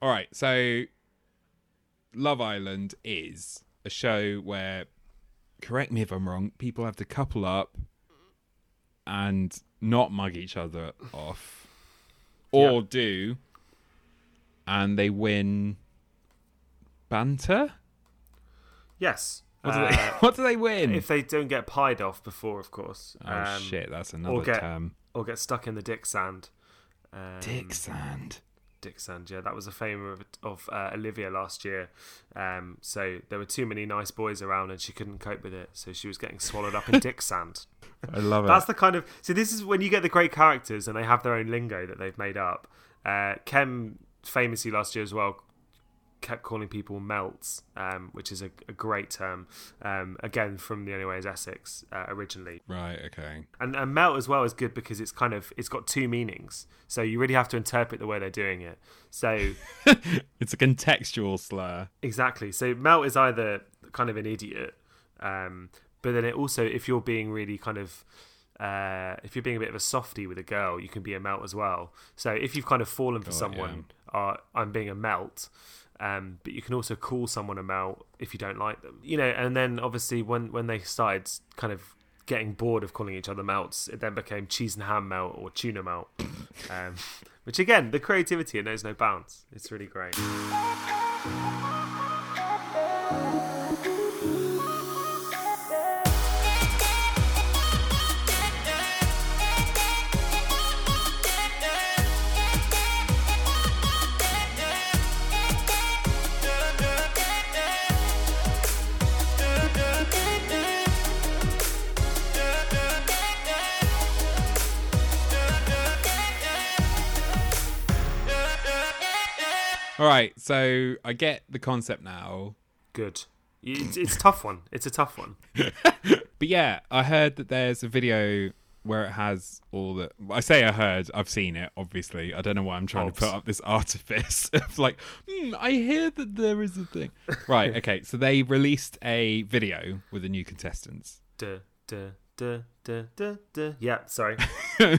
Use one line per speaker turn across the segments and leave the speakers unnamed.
All right, so Love Island is a show where, correct me if I'm wrong, people have to couple up and not mug each other off, or do, and they win banter.
Yes.
What do,
Uh,
they, what do they win?
if they don't get pied off before, of course.
oh
um,
shit, that's another
get-
term. Mm.
Or get stuck in the dick sand. Um,
Dick sand.
Dick Sand, yeah, that was a fame of, of uh, Olivia last year. Um, so there were too many nice boys around, and she couldn't cope with it. So she was getting swallowed up in Dick Sand.
I love
That's
it.
the kind of so this is when you get the great characters and they have their own lingo that they've made up. Uh, Kem famously last year as well kept calling people melts, um, which is a, a great term. Um, again, from the only way is Essex uh, originally,
Right, okay.
and, and melt as well is good because it's kind of it's got two meanings, so you really have to interpret the way they're doing it. So
It's a contextual slur.
Exactly. So Mel is either kind of an idiot, um, but then it also, if you're being really kind of, uh, if you're being a bit of a softy with a girl, you can be a melt as well. So if you've kind of fallen for someone, uh, I'm being a melt. Um, but you can also call someone a melt if you don't like them, you know. And then obviously when when they started kind of getting bored of calling each other melts, it then became cheese and ham melt or tuna melt, um, which again the creativity it knows no bounds. It's really great.
All right, so I get the concept now.
good. It's, it's a tough one. It's a tough one.
But yeah, I heard that there's a video where it has all the. I say I heard, I've seen it, obviously. I don't know why I'm trying
Obs.
to put up this artifice of like, hmm, I hear that there is a thing. Right, okay, so they released a video with the new contestants.
Duh, duh, duh, duh, duh, duh. Yeah, sorry.
That's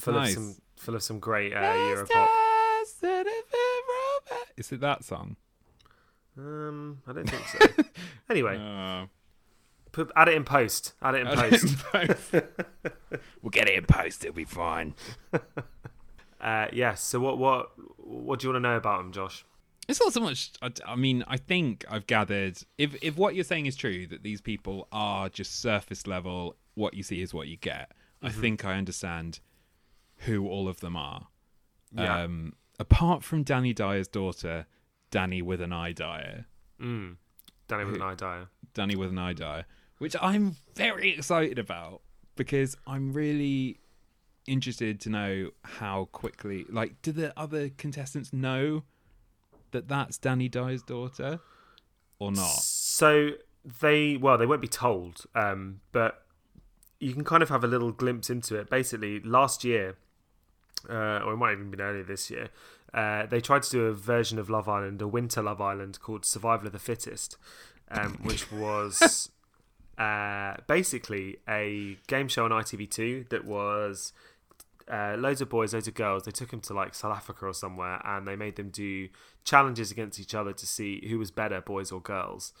Full
nice.
of some full of some great uh, Europop.
Is it that song?
Um, I don't think so. anyway,
Uh,
put, add it in post. Add it in post.
we'll get it in post, it'll be fine.
uh, yes. so what what what do you want to know about him, Josh?
It's not so much. I, I mean, I think I've gathered if if what you're saying is true that these people are just surface level. What you see is what you get. I think I understand who all of them are.
Yeah.
Um, apart from Danny Dyer's daughter, Danny with an eye dyer,
Danny with an eye dyer.
Danny with an eye dyer, which I'm very excited about because I'm really interested to know how quickly. Like, do the other contestants know that that's Danny Dyer's daughter or not?
So they well they won't be told, um, but you can kind of have a little glimpse into it. Basically, last year, uh, or it might have even been earlier this year, uh, they tried to do a version of Love Island, a winter Love Island called Survival of the Fittest, um, which was uh, basically a game show on ITV2 that was uh, loads of boys, loads of girls. They took them to like South Africa or somewhere, and they made them do challenges against each other to see who was better, boys or girls.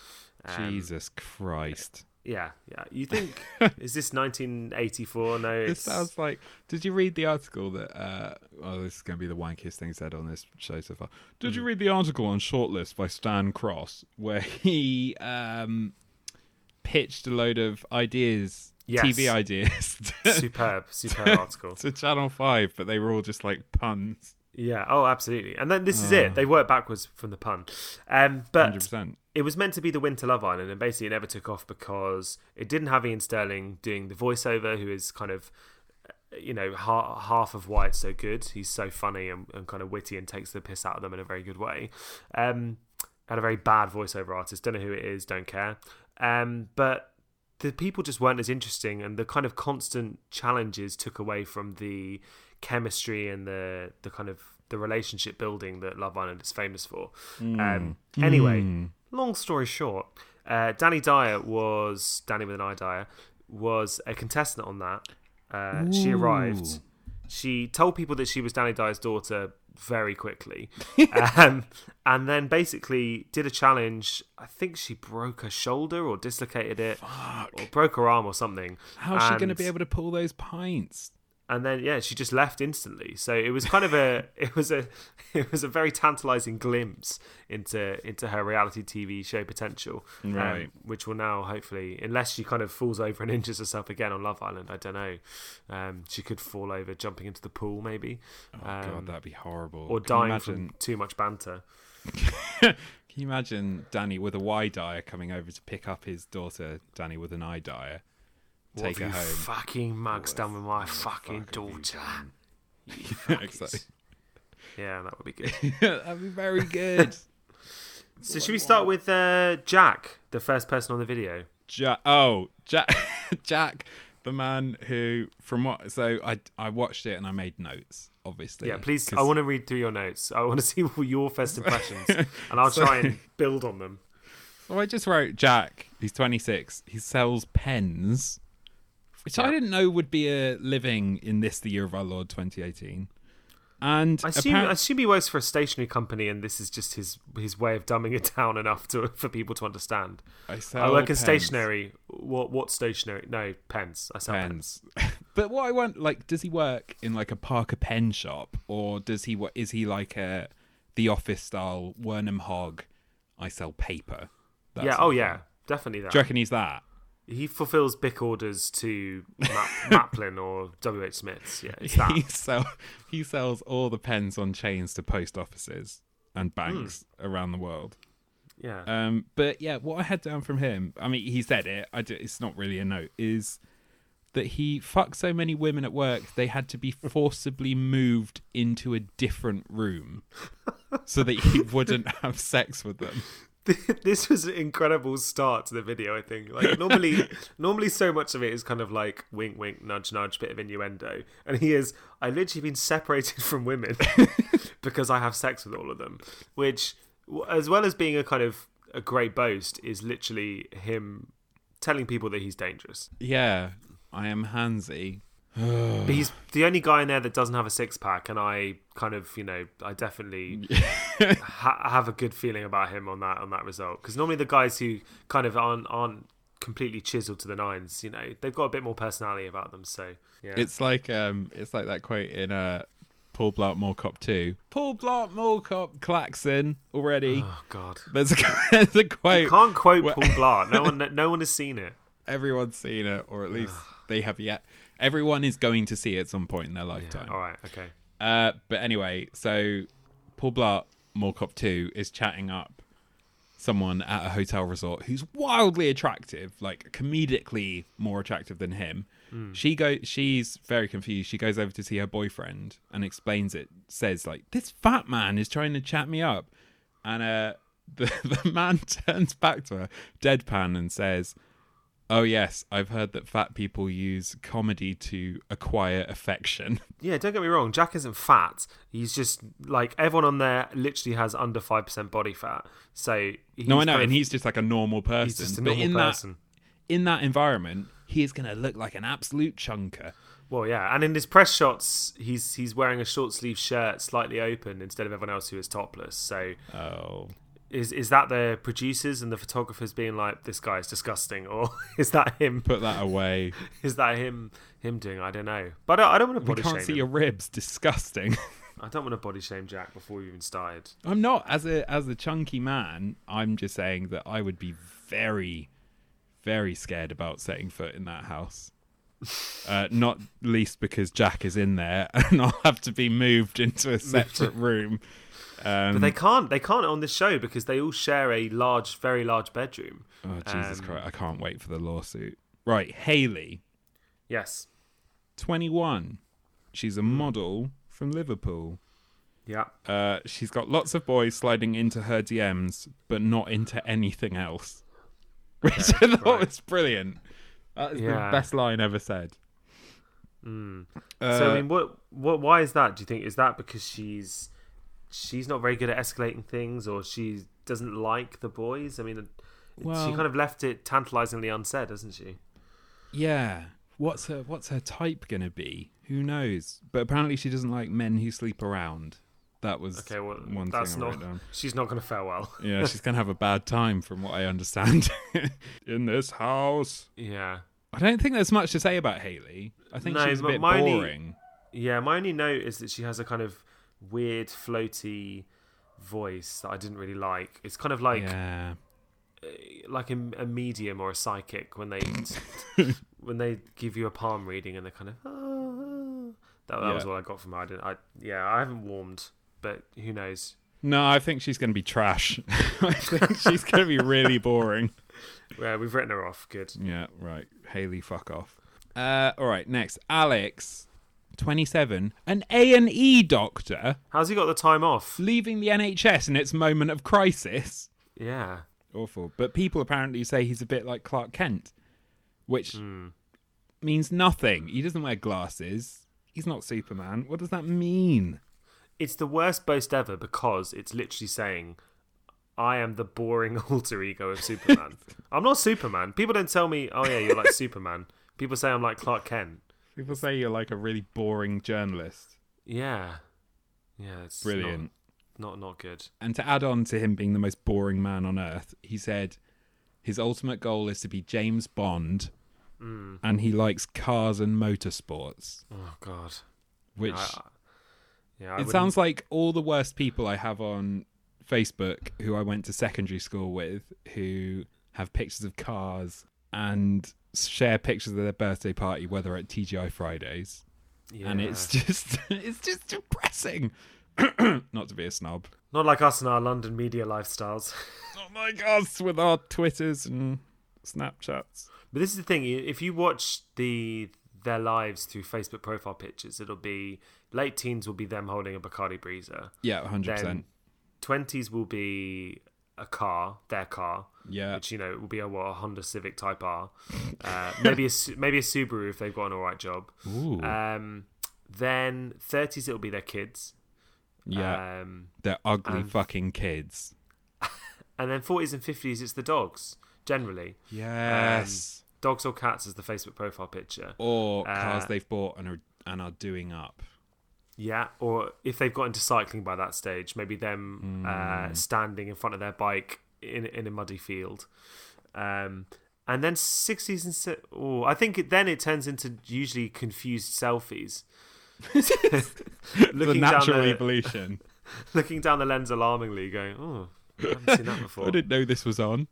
Um,
Jesus Christ!
Yeah, yeah. You think is this 1984? No,
This
it's
sounds like. Did you read the article that? Uh, oh, this is going to be the wankiest thing said on this show so far. Did
Mm-hmm.
you read the article on Shortlist by Stan Cross where he um, pitched a load of ideas,
Yes.
TV ideas, to,
superb, superb article.
to Channel Five, but they were all just like puns.
Yeah. Oh, absolutely. And then this is
Ah.
it. They work backwards from the pun. Um, but
100%.
it was meant to be the Winter Love Island, and basically it never took off because it didn't have Ian Sterling doing the voiceover, who is kind of, uh, you know, ha- half of why it's so good. He's so funny and, and kind of witty and takes the piss out of them in a very good way. Um, had a very bad voiceover artist. Don't know who it is. Don't care. Um, but the people just weren't as interesting, and the kind of constant challenges took away from the chemistry and the the kind of the relationship building that Love Island is famous for. Um, anyway, long story short, uh, Danny Dyer was Danny with an eye Dyer was a contestant on that. Uh, she arrived. She told people that she was Danny Dyer's daughter very quickly. um, and then basically did a challenge. I think she broke her shoulder or dislocated it or broke her arm or something.
How's she going to
And-
be able to pull those pints?
and then yeah she just left instantly so it was kind of a it was a it was a very tantalizing glimpse into into her reality tv show potential um,
Right.
which will now hopefully unless she kind of falls over and injures herself again on love island i don't know um she could fall over jumping into the pool maybe um,
Oh, God, that'd be horrible.
or
Can you
dying
imagine,
from too much banter
Can you imagine Danny with a Y dyer coming over to pick up his daughter, Danny with an eye dyer,
what
take
have
her
you
home?
fucking mugs done with my fucking
fuck have you
daughter
done?
You
Yeah,
fuckers.
exactly.
yeah that would be good
That'd be very good.
so should we start with uh jack the first person on the video
Jack. Oh, Jack. Jack, the man who, from what, so I I watched it and I made notes, obviously.
Yeah, please. I
'cause-
want to read through your notes. I want to see all your first impressions, and I'll try and build on them.
So Oh, I just wrote Jack. He's 26. He sells pens, which I
Yeah.
didn't know would be a living in this the year of our Lord 2018. And
I assume,
apparent-
I assume he works for a stationery company, and this is just his his way of dumbing it down enough to for people to understand.
I,
I
sell
work in
pens.
stationery. What what stationery? No pens. I sell pens.
pens. but what I want, like, does he work in like a Parker pen shop, or does he? What is he like a the office style Wernham Hog? I sell paper. That
Yeah.
sort
Oh
of
yeah.
thing.
Definitely that.
Do you reckon he's that?
he fulfills big orders to Ma- Maplin or W. H. Smiths. Yeah, it's that.
He sell he sells all the pens on chains to post offices and banks
Hmm.
around the world.
Yeah.
Um, but yeah, what I had down from him, I mean, he said it. I d it's not really a note. Is that he fucked so many women at work they had to be forcibly moved into a different room so that he wouldn't have sex with them.
this was an incredible start to the video i think like normally normally so much of it is kind of like wink wink nudge nudge bit of innuendo and he is i literally been separated from women because i have sex with all of them which w- as well as being a kind of a great boast is literally him telling people that he's dangerous
Yeah, I am handsy.
but he's the only guy in there that doesn't have a six-pack and i kind of you know i definitely ha- I have a good feeling about him on that on that result because normally the guys who kind of aren't aren't completely chiseled to the nines, you know, they've got a bit more personality about them. So yeah,
It's like um, it's like that quote in uh, Paul Blart Mall Cop Two. Paul Blart Mall Cop Claxon already.
oh god,
There's a there's a quote.
can't quote Paul Blart. No one no one has seen it.
Everyone's seen it, or at least they have yet. Everyone is going to see it at some point in their lifetime.
All right, okay.
Uh, but anyway, so Paul Blart, More Cop 2, is chatting up someone at a hotel resort who's wildly attractive, like comedically more attractive than him. She go she's very confused. She goes over to see her boyfriend and explains it, says like, This fat man is trying to chat me up. And uh the, the man turns back to her, deadpan, and says, Oh yes, I've heard that fat people use comedy to acquire affection.
Yeah, don't get me wrong. Jack isn't fat. He's just like everyone on there. Literally has under five percent body fat. So he's
No, I know,
kind of-
and he's just like a normal person.
he's just a
but
normal
in
person.
that in that environment, he is going to look like an absolute chunker.
Well, yeah, and in his press shots, he's he's wearing a short sleeve shirt, slightly open, instead of everyone else who is topless. So
Oh,
is is that the producers and the photographers being like, "This guy is disgusting," or is that him?
put that away.
Is that him? Him doing? I don't know. But I, I don't want to
we
body
can't
shame.
see
him.
your ribs. Disgusting.
I don't want to body shame Jack before we even started.
I'm not as a as a chunky man. I'm just saying that I would be very, very scared about setting foot in that house. Uh, not least because Jack is in there, and I'll have to be moved into a separate room. Um,
But they can't. They can't on this show because they all share a large, very large bedroom.
oh Jesus
um,
Christ! I can't wait for the lawsuit. Right, Haley.
Yes.
21. She's
Hmm.
a model from Liverpool.
Yeah.
Uh, she's got lots of boys sliding into her DMs, but not into anything else. Which I thought
right.
was brilliant. That is
Yeah.
the best line ever said.
so
Uh,
I mean, what, what, why is that? Do you think is that because she's she's not very good at escalating things, or she doesn't like the boys? I mean,
Well-
she kind of left it tantalizingly unsaid, hasn't she?
Yeah. What's her What's her type gonna be? Who knows? But apparently, she doesn't like men who sleep around. That was
Okay, well,
one
that's
thing I
not.
wrote down.
She's not going to fare well.
Yeah, she's gonna have a bad time, from what I understand. In this house,
Yeah.
I don't think there's much to say about Haley. I think
No,
she's a
but e-
bit
my only-
boring.
Yeah, my only note is that she has a kind of weird, floaty voice that I didn't really like. It's kind of like
yeah,
like a, a medium or a psychic when they when they give you a palm reading and they're kind of "Ah, ah." that, that was
Yeah.
what I got from her. I didn't. I yeah, I haven't warmed, but who knows?
no, I think she's gonna be trash. I think she's gonna be really boring.
Yeah, we've written her off. Good.
Yeah, right. Haley, fuck off. Uh, all right, next, Alex, twenty-seven, an A and E doctor
How's he got the time off?
leaving the NHS in its moment of crisis.
Yeah.
Awful, but people apparently say he's a bit like Clark Kent, which
Hmm.
means nothing. He doesn't wear glasses. He's not Superman. What does that mean?
It's the worst boast ever because it's literally saying, I am the boring alter ego of Superman. I'm not Superman. People don't tell me, oh yeah, you're like Superman. People say I'm like Clark Kent.
People say you're like a really boring journalist.
Yeah. Yeah, it's not-
Brilliant.
Not, not, good.
And to add on to him being the most boring man on earth, he said his ultimate goal is to be James Bond,
Hmm.
and he likes cars and motorsports,
Oh, God.
which
I- Yeah, I
it
wouldn't-
sounds like all the worst people I have on Facebook who I went to secondary school with who have pictures of cars and share pictures of their birthday party whether at TGI Fridays and
yeah.
it's just it's just depressing not to be a snob
not like us and our London media lifestyles.
not like us with our twitters and snapchats
But this is the thing: if you watch the their lives through Facebook profile pictures, it'll be late teens will be them holding a Bacardi Breezer.
yeah 100%
Then twenties will be a car, their car,
yeah
which you know will be a what a Honda Civic Type R, uh, maybe a Su- maybe a Subaru if they've got an all right job.
Ooh,
Um, then thirties it'll be their kids.
yeah
Um,
they're ugly fucking kids
and then forties and fifties it's the dogs generally.
yes
Dogs or cats is the Facebook profile picture.
Um, or cars
uh,
they've bought and are and are doing up
Yeah, or if they've got into cycling by that stage, maybe them
Hmm.
uh, standing in front of their bike in in a muddy field, um, and then sixties and se- oh, I think it, then it turns into usually confused selfies,
the
looking
natural
down the
evolution.
looking down the lens alarmingly, going, oh, I haven't seen that before.
I didn't know this was on.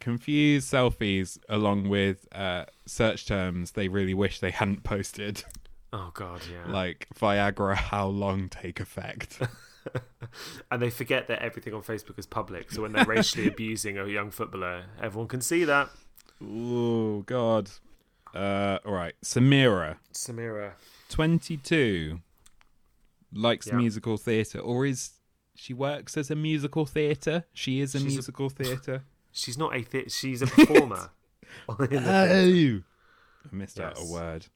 Confused selfies along with uh, search terms they really wish they hadn't posted,
oh god, yeah.
like Viagra, how long take effect.
and they forget that everything on Facebook is public, so when they're racially abusing a young footballer, everyone can see that.
oh, God. Uh, all right. Samira,
Samira,
22, likes
Yeah.
musical theatre, or is she works as a musical theatre? She is a
She's a-
musical theatre.
she's not a th- she's a performer. In the
Oh, I missed out a
Yes.
word.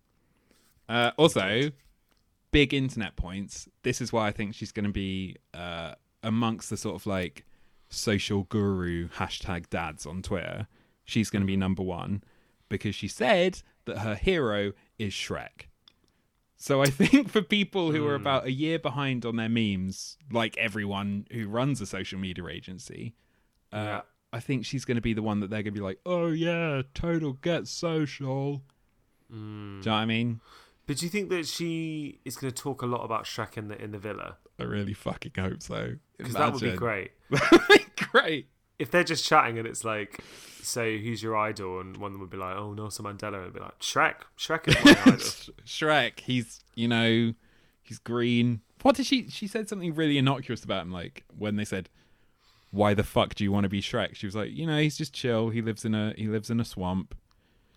Uh, also, big internet points. This is why I think she's going to be uh, amongst the sort of like social guru hashtag dads on Twitter. She's going to be number one because she said that her hero is Shrek. So I think for people who
Hmm.
are about a year behind on their memes, like everyone who runs a social media agency, uh,
Yeah.
I think she's going to be the one that they're going to be like, oh yeah, total get social. Do you know what I mean?
But do you think that she is going to talk a lot about Shrek in the in the villa?
I really fucking hope so.
Because that would be
Imagine.
great.
That would be great.
If they're just chatting and it's like, so who's your idol? And one of them would be like, oh, Nelson Mandela. And it'd be like, Shrek. Shrek is my idol.
Sh- Shrek, he's you know, he's green. What did she? She said something really innocuous about him, like when they said, "Why the fuck do you want to be Shrek?" She was like, "You know, he's just chill. He lives in a he lives in a swamp.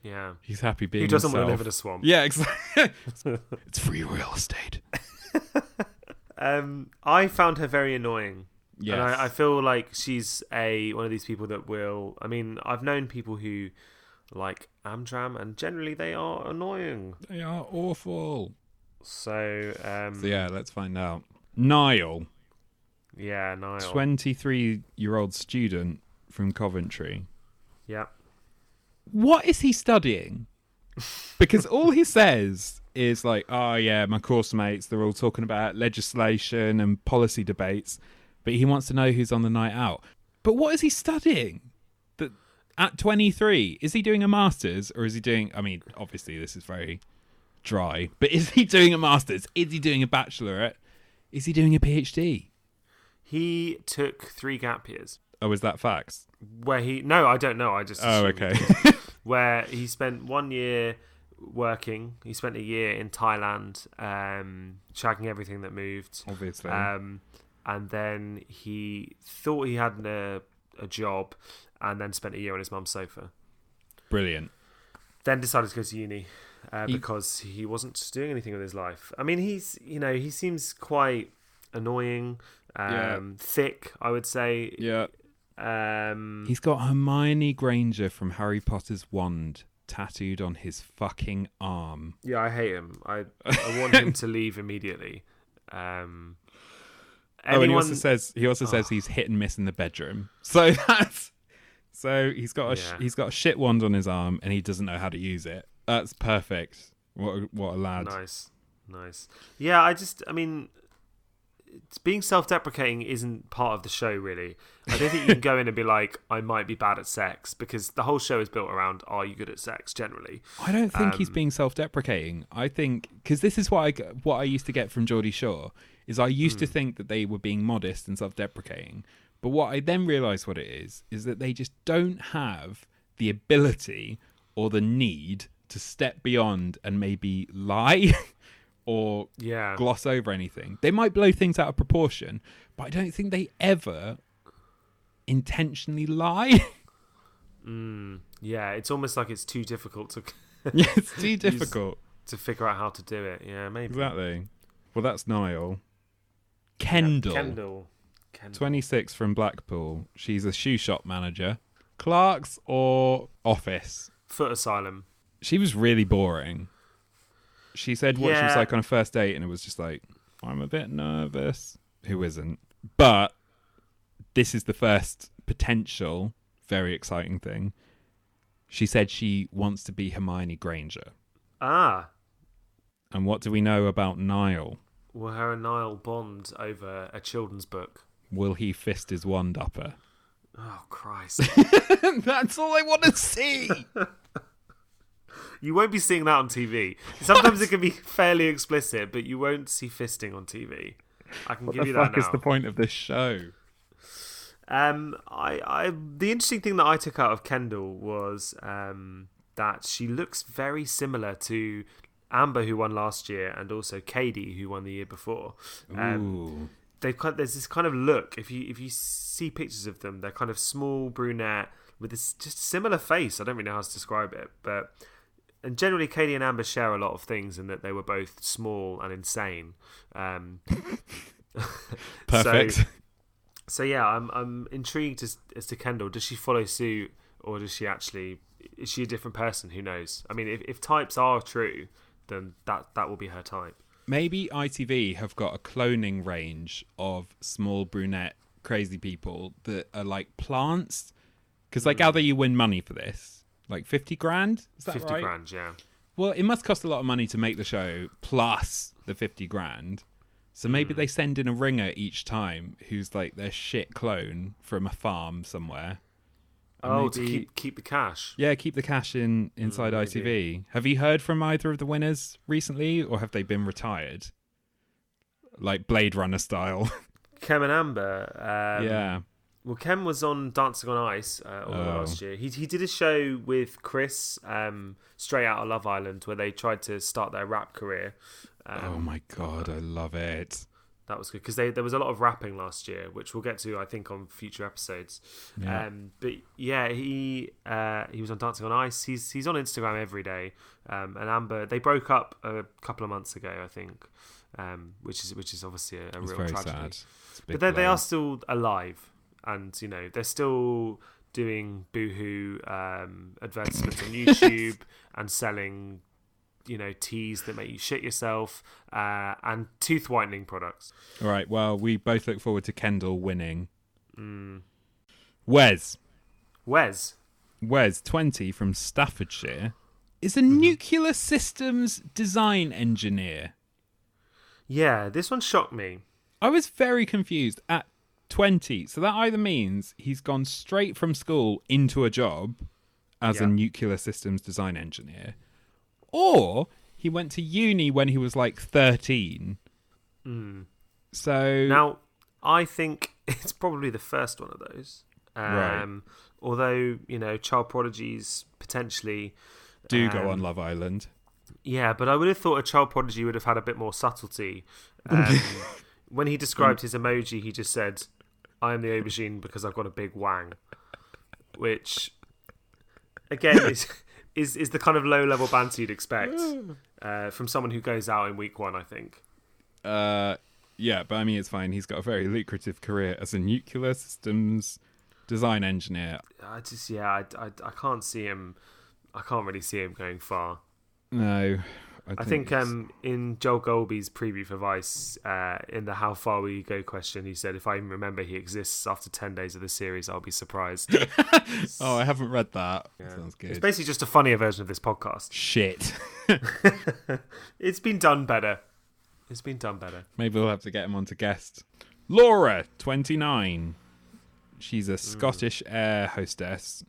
Yeah.
He's happy being
Who doesn't want to
himself."
live in a swamp?
Yeah, exactly. it's free real estate.
Um, I found her very annoying.
Yes.
And I, I feel like she's a one of these people that will. I mean, I've known people who like Amdram, and generally they are annoying.
They are awful.
So, um,
So yeah, let's find out. Niall,
yeah, Niall.
twenty-three-year-old student from Coventry.
yeah.
what is he studying? Because all he says is like, oh yeah, my course mates, they're all talking about legislation and policy debates, but he wants to know who's on the night out. But what is he studying? That at 23, is he doing a master's or is he doing? I mean, obviously this is very dry, but is he doing a master's? Is he doing a bachelorette? Is he doing a PhD?
He took three gap years
Oh, is that facts?
where he no, I don't know. I just
Oh,
assumed.
okay.
where he spent one year working. He spent a year in Thailand, um, shagging everything that moved.
obviously.
Um, and then he thought he had a, a job, and then spent a year on his mum's sofa.
Brilliant.
Then decided to go to uni uh,
He-
because he wasn't doing anything with his life. I mean, he's you know he seems quite annoying, um,
Yeah.
thick. I would say.
Yeah.
Um,
He's got Hermione Granger from Harry Potter's wand tattooed on his fucking arm.
Yeah, I hate him. I I want him to leave immediately. Um,
Oh, and he
anyone- Ah.
also says he also says he's hit and miss in the bedroom. So that's so he's got a sh
Yeah.
he's got a shit wand on his arm and he doesn't know how to use it. That's perfect. What a- what a lad.
nice, nice. Yeah, I just, I mean, it's, being self-deprecating isn't part of the show, really. I don't think you can go in and be like, I might be bad at sex, because the whole show is built around, are you good at sex? Generally,
I don't think he's being self-deprecating. I think because this is what I g- what I used to get from Geordie Shore is I used to think that they were being modest and self-deprecating, but what I then realised what it is is that they just don't have the ability or the need to step beyond and maybe lie or
yeah.
gloss over anything. They might blow things out of proportion, but I don't think they ever intentionally lie.
Mm, yeah, it's almost like it's too difficult to
Yeah, it's too difficult.
to figure out how to do it. Yeah, maybe.
Exactly. Well, that's Niall. Kendall,
Kendall. Kendall.
26 from Blackpool. She's a shoe shop manager. Clark's or office?
Foot Asylum.
She was really boring. She said what she was
Yeah.
like on a first date, and it was just like, I'm a bit nervous. Who isn't? But this is the first potential, very exciting thing. She said she wants to be Hermione Granger.
Ah,
And what do we know about Niall?
Will her and Niall bond over a children's book?
Will he fist his wand upper?
Oh Christ!
That's all I want to see.
you won't be seeing that on TV. Sometimes it can be fairly explicit, but you won't see fisting on TV. I can give
the
you that
fuck
now.
is the point of this show?
um, I, I, the interesting thing that I took out of Kendall was um, that she looks very similar to Amber, who won last year, and also Katie, who won the year before. Um,
Ooh.
they've kind there's this kind of look if you if you see pictures of them they're kind of small brunette with this just similar face i don't really know how to describe it but and generally katie and amber share a lot of things in that they were both small and insane um
Perfect.
so, so yeah i'm i'm intrigued as, as to kendall does she follow suit or does she actually is she a different person who knows i mean if, if types are true then that that will be her type
Maybe ITV have got a cloning range of small brunette crazy people that are like plants. Because I
Mm.
gather you win money for this, like fifty grand. Is that
50
right?
grand yeah
Well, it must cost a lot of money to make the show plus the fifty grand. So maybe
Mm.
they send in a ringer each time who's like their shit clone from a farm somewhere. And
oh to
maybe-
keep keep the cash
Yeah, keep the cash in inside ITV. Have you heard from either of the winners recently, or have they been retired? Like Blade Runner style.
Kem and Amber. Um,
yeah.
Well, Kem was on Dancing on Ice uh, all
Oh.
last year. He, he did a show with Chris um, straight out of Love Island where they tried to start their rap career. Um,
oh my god, I love it.
That was good because there was a lot of rapping last year, which we'll get to, I think, on future episodes.
Yeah.
Um, but yeah, he uh, he was on Dancing on Ice. He's he's on Instagram every day. Um, and Amber, they broke up a couple of months ago, I think, um, which is which is obviously a, a
It's
real
very
tragedy
sad. It's a big
but they, they
blow.
are still alive and you know they're still doing boohoo um, advertisements on youtube and selling you know teas that make you shit yourself uh, and tooth whitening products
All right. Well, we both look forward to Kendall winning.
mm.
Wes,
wes
Wes, twenty from Staffordshire. is a
Hmm.
nuclear systems design engineer.
Yeah, this one shocked me.
I was very confused at 20. So that either means he's gone straight from school into a job as
Yeah.
a nuclear systems design engineer, or he went to uni when he was like 13. So
Hmm. Now, I think it's probably the first one of those. Um,
Right.
Although you know, child prodigies potentially
do go
um,
on Love Island.
Yeah, but I would have thought a child prodigy would have had a bit more subtlety. Um, when he described his emoji, he just said, "I am the aubergine because I've got a big wang," which, again, is is, is the kind of low level banter you'd expect uh, from someone who goes out in week one. I think.
Uh, yeah, but I mean, it's fine. He's got a very lucrative career as a nuclear systems design engineer.
I just yeah, I, I, I can't see him. I can't really see him going far.
No. I think,
I think
it's-
um, in Joel Golby's preview for Vice, uh, in the "How far will you go?" question, he said, "If I even remember he exists after ten days of the series, I'll be surprised."
Oh, I haven't read that. Sounds
It's
good.
basically just a funnier version of this podcast.
Shit.
It's been done better. It's been done better.
Maybe we'll have to get him on to guest. Laura, 29. She's a Scottish air hostess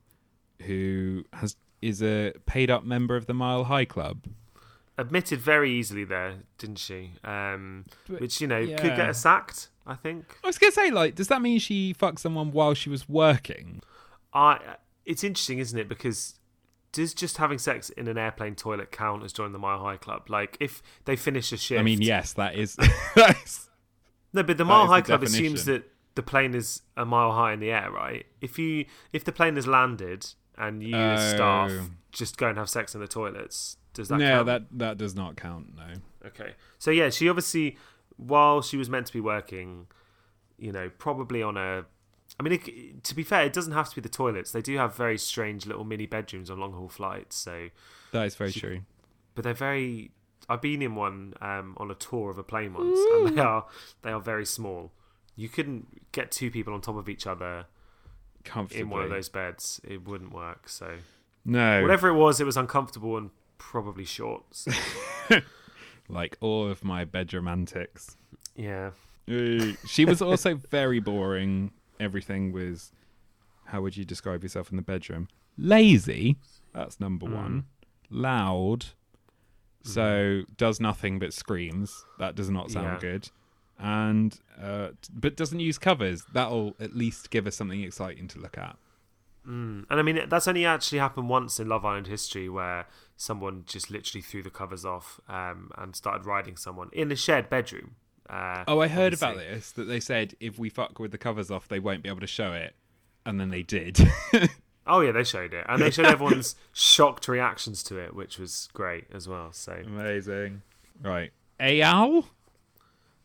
who has is a paid up member of the Mile High Club.
Admitted very easily there, didn't she? Um,
But-
which you know
yeah.
could get her sacked. I think.
I was going to say, like, does that mean she fucked someone while she was working?
I. It's interesting, isn't it? Because does just having sex in an airplane toilet count as joining the Mile High Club? Like if they finish a shift.
I mean, yes, that is. that's-
No, but the mile
is
high
the
club
definition.
assumes that the plane is a mile high in the air, right? If you if the plane has landed and you as staff
Oh.
just go and have sex in the toilets, does that
no,
count?
that that does not count. No.
Okay. So yeah, she obviously while she was meant to be working, you know, probably on a I mean, it, to be fair, it doesn't have to be the toilets. They do have very strange little mini bedrooms on long haul flights. So,
That is very true.
but they're very. I've been in one um, on a tour of a plane once, and they are they are very small. You couldn't get two people on top of each other
Comfortably.
in one of those beds. It wouldn't work. So
No.
whatever it was, it was uncomfortable and probably short. So,
Like all of my bedroom antics.
yeah,
she was also very boring. Everything was, how would you describe yourself in the bedroom? Lazy. That's
Hmm.
number one. Loud. So does nothing but screams. That does not sound
Hmm. Yeah.
good. And uh, t- but doesn't use covers. That'll at least give us something exciting to look at.
and I mean that's only actually happened once in Love Island history, where someone just literally threw the covers off um, and started riding someone in a shared bedroom. Uh,
Oh, I heard about
obviously.
this that they said if we fuck with the covers off, they won't be able to show it, and then they did.
Oh yeah, they showed it, and they showed everyone's shocked reactions to it, which was great as well. So
Mm. Amazing. Right, Ayal.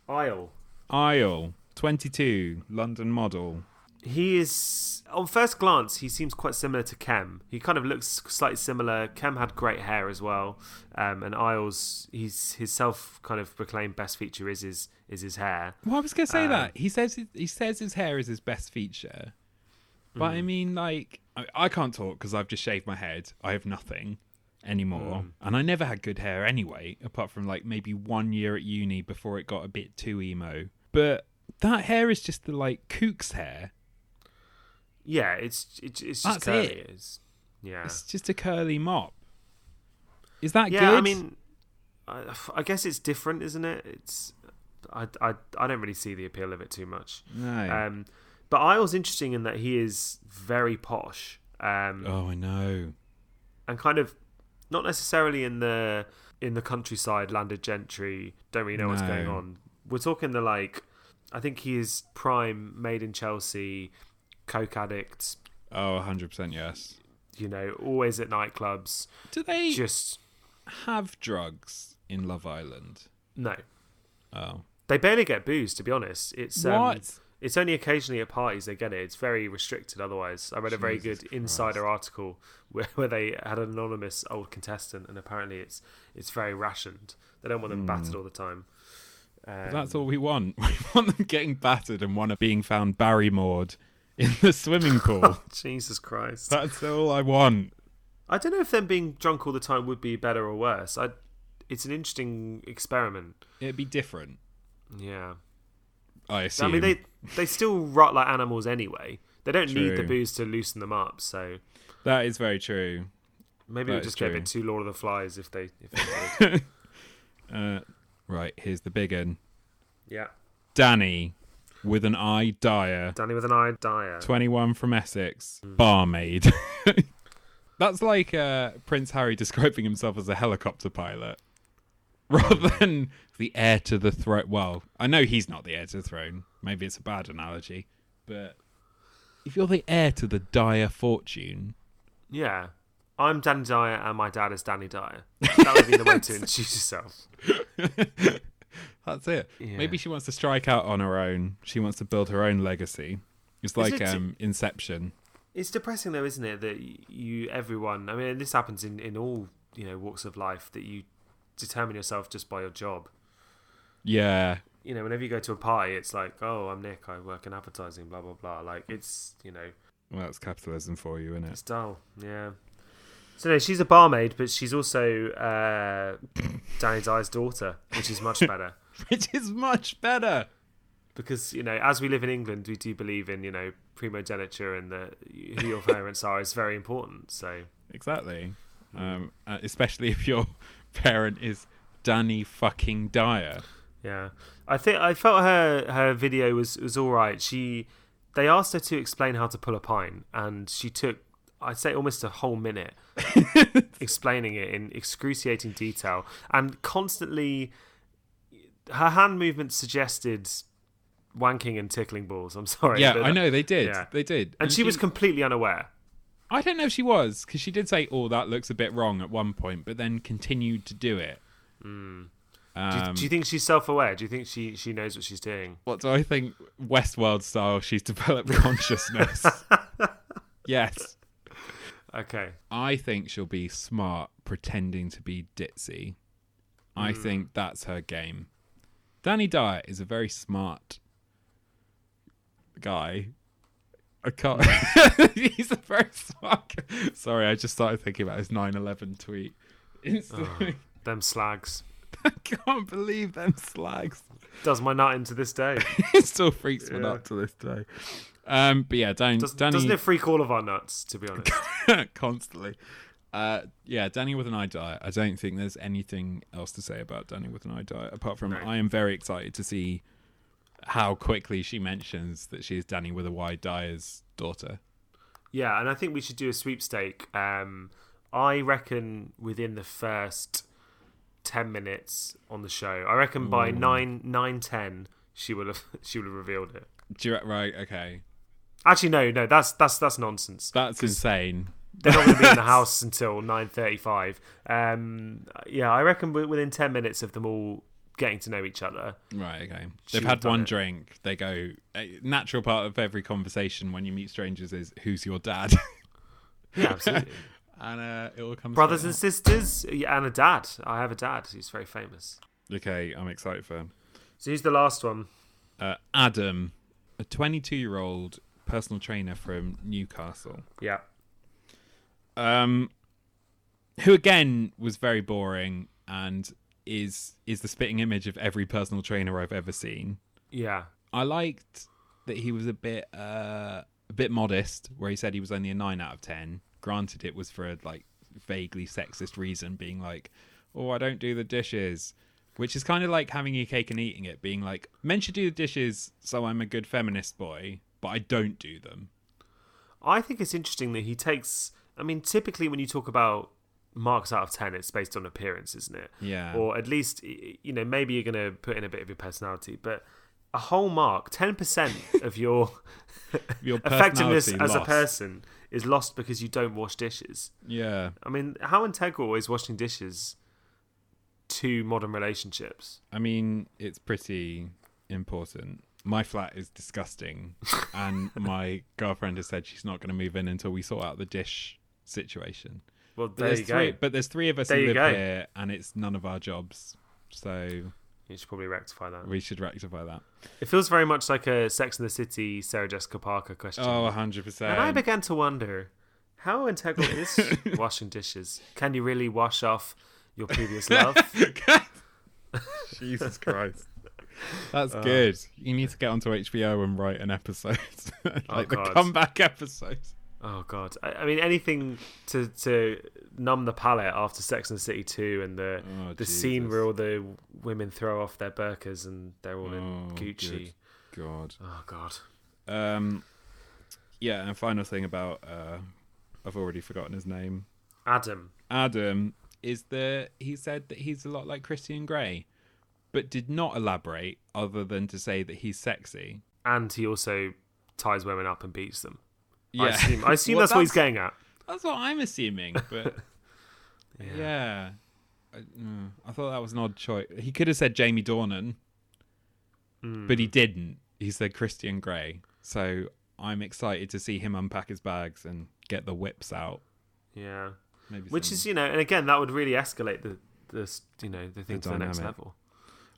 Isle,
Isle, 22, London model.
he is on first glance, he seems quite similar to Kem. He kind of looks slightly similar. Kem had great hair as well, um, and Isles, he's his self kind of proclaimed best feature is his is his hair.
Well, I was going to say that. He says he says his hair is his best feature. But
Mm.
I mean, like, I, I can't talk because I've just shaved my head. I have nothing anymore.
Mm.
And I never had good hair anyway, apart from like maybe one year at uni before it got a bit too emo. But that hair is just the like kook's hair.
Yeah, it's it's, it's just
That's
curly.
it.
It's, yeah,
It's just a curly mop. Is that
yeah.
good?
I mean, I, I guess it's different, isn't it? It's I, I I don't really see the appeal of it too much.
no.
Um, but Isle's interesting in that he is very posh um,
oh, I know.
and kind of not necessarily in the in the countryside, landed gentry, don't really know what's
No.
going on. We're talking the like, I think he is prime, made in Chelsea, coke addict,
Oh, 100% yes.
you know, always at nightclubs,
Do they
just
have drugs in Love Island?
no.
Oh.
They barely get booze, to be honest. It's um,
What?
It's only occasionally at parties they get it. It's very restricted otherwise. I read a very
Jesus
good insider article where, where they had an anonymous old contestant, and apparently it's it's very rationed. They don't want them
Hmm.
battered all the time. Um,
That's all we want. We want them getting battered and one of being found barrymored in the swimming pool.
Jesus Christ.
That's all I want.
I don't know if them being drunk all the time would be better or worse. I, it's an interesting experiment.
It'd be different,
Yeah,
I assume.
I mean they they still rot like animals anyway. They don't need the
True.
booze to loosen them up. So
that is very true.
maybe
That
it would
is
just get a
true.
bit too Lord of the Flies if they. If they did.
Uh, right, here's the big one.
yeah,
Danny, with an eye, Dyer,
Danny with an eye, Dyer.
21 from Essex, barmaid. That's like uh, Prince Harry describing himself as a helicopter pilot rather than the heir to the throne. Well, I know he's not the heir to the throne. Maybe it's a bad analogy, but if you're the heir to the Dyer fortune,
Yeah. I'm Danny Dyer and my dad is Danny Dyer. That would be the way to introduce yourself.
that's it.
Yeah.
Maybe she wants to strike out on her own. She wants to build her own legacy. It's like
it-
um, Inception.
It's depressing though, isn't it, that you everyone I mean this happens in, in all, you know, walks of life that you determine yourself just by your job.
Yeah,
You know, whenever you go to a party it's like, Oh, I'm Nick, I work in advertising, blah blah blah. Like it's you know,
Well, that's capitalism for you, isn't
it's
it?
dull. Yeah. So no, she's a barmaid, but she's also uh, Danny Dyer's daughter, which is much better.
Which is much better.
because you know as we live in england we do believe in you know primogeniture and the who your parents are is very important so
Exactly.
Mm.
Um, uh, especially if your parent is Danny fucking Dyer.
yeah i think i felt her her video was was all right she they asked her to explain how to pull a pint and she took i'd say almost a whole minute explaining it in excruciating detail and constantly her hand movement suggested wanking and tickling balls i'm sorry
Yeah,
but-
I know they did.
yeah.
They did.
and she was completely unaware
I don't know if she was because she did say, "Oh, that looks a bit wrong" at one point, but then continued to do it.
Mm. Do you,
Um,
do you think she's self-aware? Do you think she she knows what she's doing?
What do I think? Westworld style, she's developed consciousness. yes,
Okay.
I think she'll be smart pretending to be ditzy. I
Hmm.
think that's her game. Danny Dyer is a very smart guy. I can't. He's a very smart. Guy. Sorry, I just started thinking about his 9/11 tweet.
Oh.
Instantly,
Them slags.
I can't believe them slags.
Does my nut into this day.
It still freaks me
Yeah.
out to this day. Um, but yeah, Dan,
Does,
Danny,
Doesn't it freak all of our nuts, to be honest?
constantly. Uh, yeah, Danny with an eye diet. I don't think there's anything else to say about Danny with an eye diet apart from
No.
I am very excited to see how quickly she mentions that she is Danny with a wide dyer's daughter.
Yeah, and I think we should do a sweepstake. Um, I reckon within the first ten minutes on the show, I reckon by nine nine ten, she will have she will have revealed it.
Do you, re- right? Okay,
Actually, no, no, that's that's that's nonsense.
that's insane.
They're not going to be in the house until nine thirty-five. Um, yeah, I reckon wi- within ten minutes of them all getting to know each other,
Right. Okay.
She's
They've had
done
one
it.
drink. They go. A natural part of every conversation when you meet strangers is who's your dad,
Yeah, absolutely.
and uh, it all comes.
Brothers
straight
and sisters, yeah, and a dad. I have a dad who's very famous.
out. Okay, I'm excited for. Him.
So who's the last one?
uh, Adam, a 22 year old personal trainer from Newcastle,
Yeah.
um, who again was very boring and is is the spitting image of every personal trainer I've ever seen.
Yeah.
I liked that he was a bit uh, a bit modest, where he said he was only a nine out of ten. Granted, it was for a like vaguely sexist reason, being like, "Oh, I don't do the dishes," which is kind of like having your cake and eating it, being like, "Men should do the dishes, so I'm a good feminist boy, but I don't do them."
I think it's interesting that he takes. I mean, typically when you talk about marks out of 10, it's based on appearance, isn't it?
Yeah.
Or at least, y- you know, maybe you're going to put in a bit of your personality, but a whole mark, 10% of your
Your
effectiveness
personality
as a
lost.
person is lost because you don't wash dishes.
Yeah,
I mean, how integral is washing dishes to modern relationships?
I mean, it's pretty important. My flat is disgusting, and my girlfriend has said she's not going to move in until we sort out the dish situation.
Well,
But
there
there's
you go.
three, but there's three of us
There
who
you
live
go.
here, and it's none of our jobs, so
You should probably rectify that.
we should rectify that.
It feels very much like a Sex in the City Sarah Jessica Parker question.
Oh, hundred percent.
and I began to wonder How integral is washing dishes? Can you really wash off your previous love?
Jesus Christ. Uh, That's good. You need to get onto HBO and write an episode, like the
God.
comeback episode.
Oh god! I, I mean, anything to to numb the palate after Sex and the City two and the
Oh,
the scene
Jesus.
where all the women throw off their burkas and they're all in
Oh,
Gucci.
good God.
Oh god!
Um, yeah, and final thing about uh, I've already forgotten his name.
Adam,
Adam is that he said that he's a lot like Christian Grey, but did not elaborate other than to say that he's sexy.
and he also ties women up and beats them.
Yeah,
I assume, I assume
Well,
that's, what he's getting at.
That's what I'm assuming, but yeah. I, mm, I thought that was an odd choice. He could have said Jamie Dornan, but
Hmm.
he didn't. He said Christian Grey. So I'm excited to see him unpack his bags and get the whips out.
Yeah,
Maybe
which
some-
is you know, and again, that would really escalate the this you know the thing
The
to the next
dynamic.
level.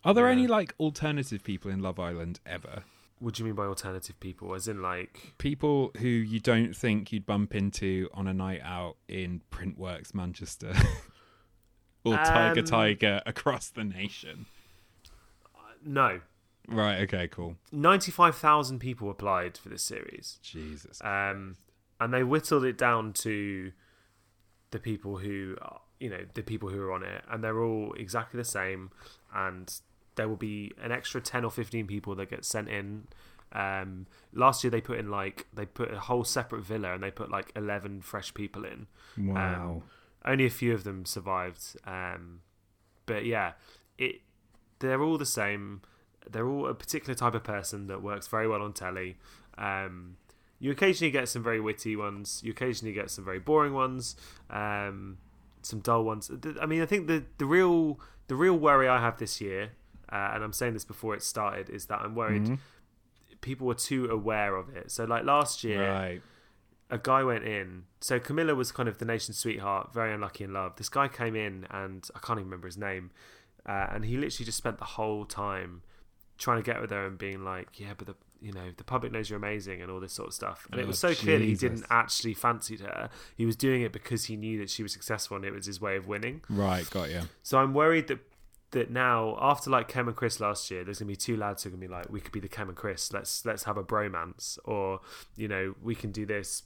Are there
yeah.
any like alternative people in Love Island ever?
What do you mean by alternative people? As in like
People who you don't think you'd bump into on a night out in Printworks Manchester or Tiger
Um,
Tiger across the nation.
no,
Right, okay, cool.
ninety five thousand people applied for this series.
Jesus.
um, and they whittled it down to the people who are- you know the people who are on it and they're all exactly the same and there will be an extra 10 or 15 people that get sent in um, last year they put in like they put a whole separate villa and they put like 11 fresh people in
Wow.
only a few of them survived um, but yeah it they're all the same they're all a particular type of person that works very well on telly um, you occasionally get some very witty ones you occasionally get some very boring ones um, some dull ones Th- i mean i think the, the real the real worry i have this year uh, and i'm saying this before it started is that i'm worried
Mm-hmm.
people were too aware of it so like last year
Right.
a guy went in. So Camilla was kind of the nation's sweetheart, very unlucky in love. This guy came in, and I can't even remember his name, uh, and he literally just spent the whole time trying to get with her and being like, "Yeah, but the you know the public knows you're amazing and all this sort of stuff." And it
Oh,
was so clear that he
Jesus.
didn't actually fancy her. He was doing it because he knew that she was successful, and it was his way of winning.
Right, got you.
So I'm worried that that now after like Cam and Chris last year, there's gonna be two lads who are gonna be like, we could be the Cam and Chris. Let's let's have a bromance, or you know, we can do this.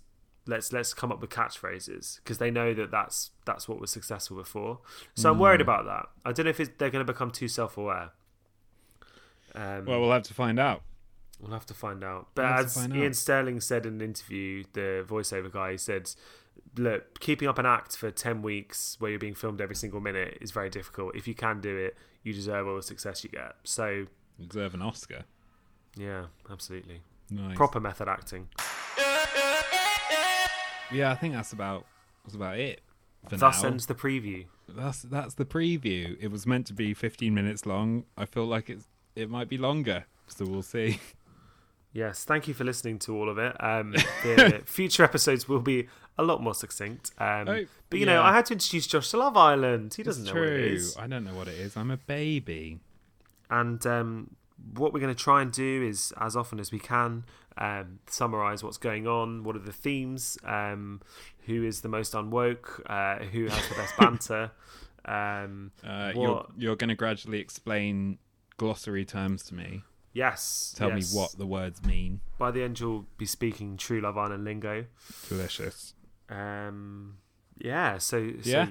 Let's let's come up with catchphrases because they know that that's that's what was successful before. So I'm worried about that. I don't know if it's, they're gonna become too self-aware. Um,
Well, we'll have to find out.
We'll have to find out. But
We'll have to
as
find
Ian
out.
Sterling said in an interview, the voiceover guy he said, "Look, keeping up an act for ten weeks where you're being filmed every single minute is very difficult. If you can do it, you deserve all the success you get." So,
Deserve an Oscar.
yeah, absolutely,
Nice.
proper method acting.
Yeah, I think that's about that's about it. For
Thus
now.
ends the preview.
That's that's the preview. It was meant to be 15 minutes long. I feel like it's it might be longer, so we'll see.
Yes, thank you for listening to all of it. Um, the future episodes will be a lot more succinct. Um,
Oh,
but you know,
yeah.
I had to introduce Josh to Love Island. He doesn't
It's
know what it
true.
is.
I don't know what it is. I'm a baby.
And um, what we're going to try and do is, as often as we can, um, summarize what's going on, what are the themes, um, who is the most unwoke, uh, who has the best banter. Um,
Uh, you're
what-
you're going to gradually explain glossary terms to me.
yes.
Tell
yes.
me what the words mean.
By the end, you'll be speaking true Love Island lingo.
Delicious.
Um, yeah. So, so
Yeah.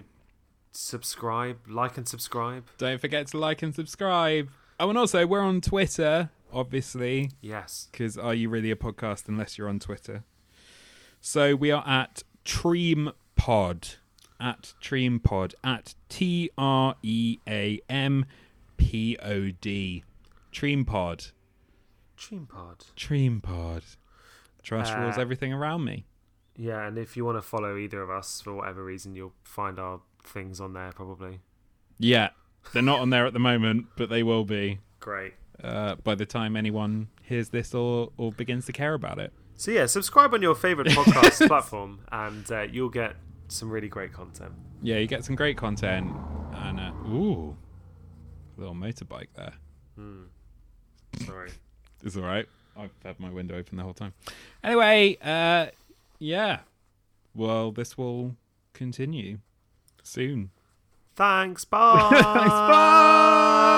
subscribe, like, and subscribe.
Don't forget to like and subscribe. Oh, and also we're on Twitter, obviously.
Yes.
because are you really a podcast unless you're on Twitter? So we are at Tream Pod, at Tream Pod, at T R E A M P O D, Tream Pod,
Dream Pod.
Tream Pod. Trash
Uh,
rules everything around me.
Yeah. And if you want to follow either of us for whatever reason, you'll find our things on there probably.
Yeah, they're not on there at the moment, but they will be
Great.
uh, by the time anyone hears this or or begins to care about it.
So yeah, subscribe on your favorite podcast platform, and uh, you'll get some really great content.
Yeah, you get some great content and uh, ooh, little motorbike there.
Sorry.
It's all right. I've had my window open the whole time. Anyway, uh, yeah, well, this will continue soon.
Thanks. Bye.
Thanks, bye!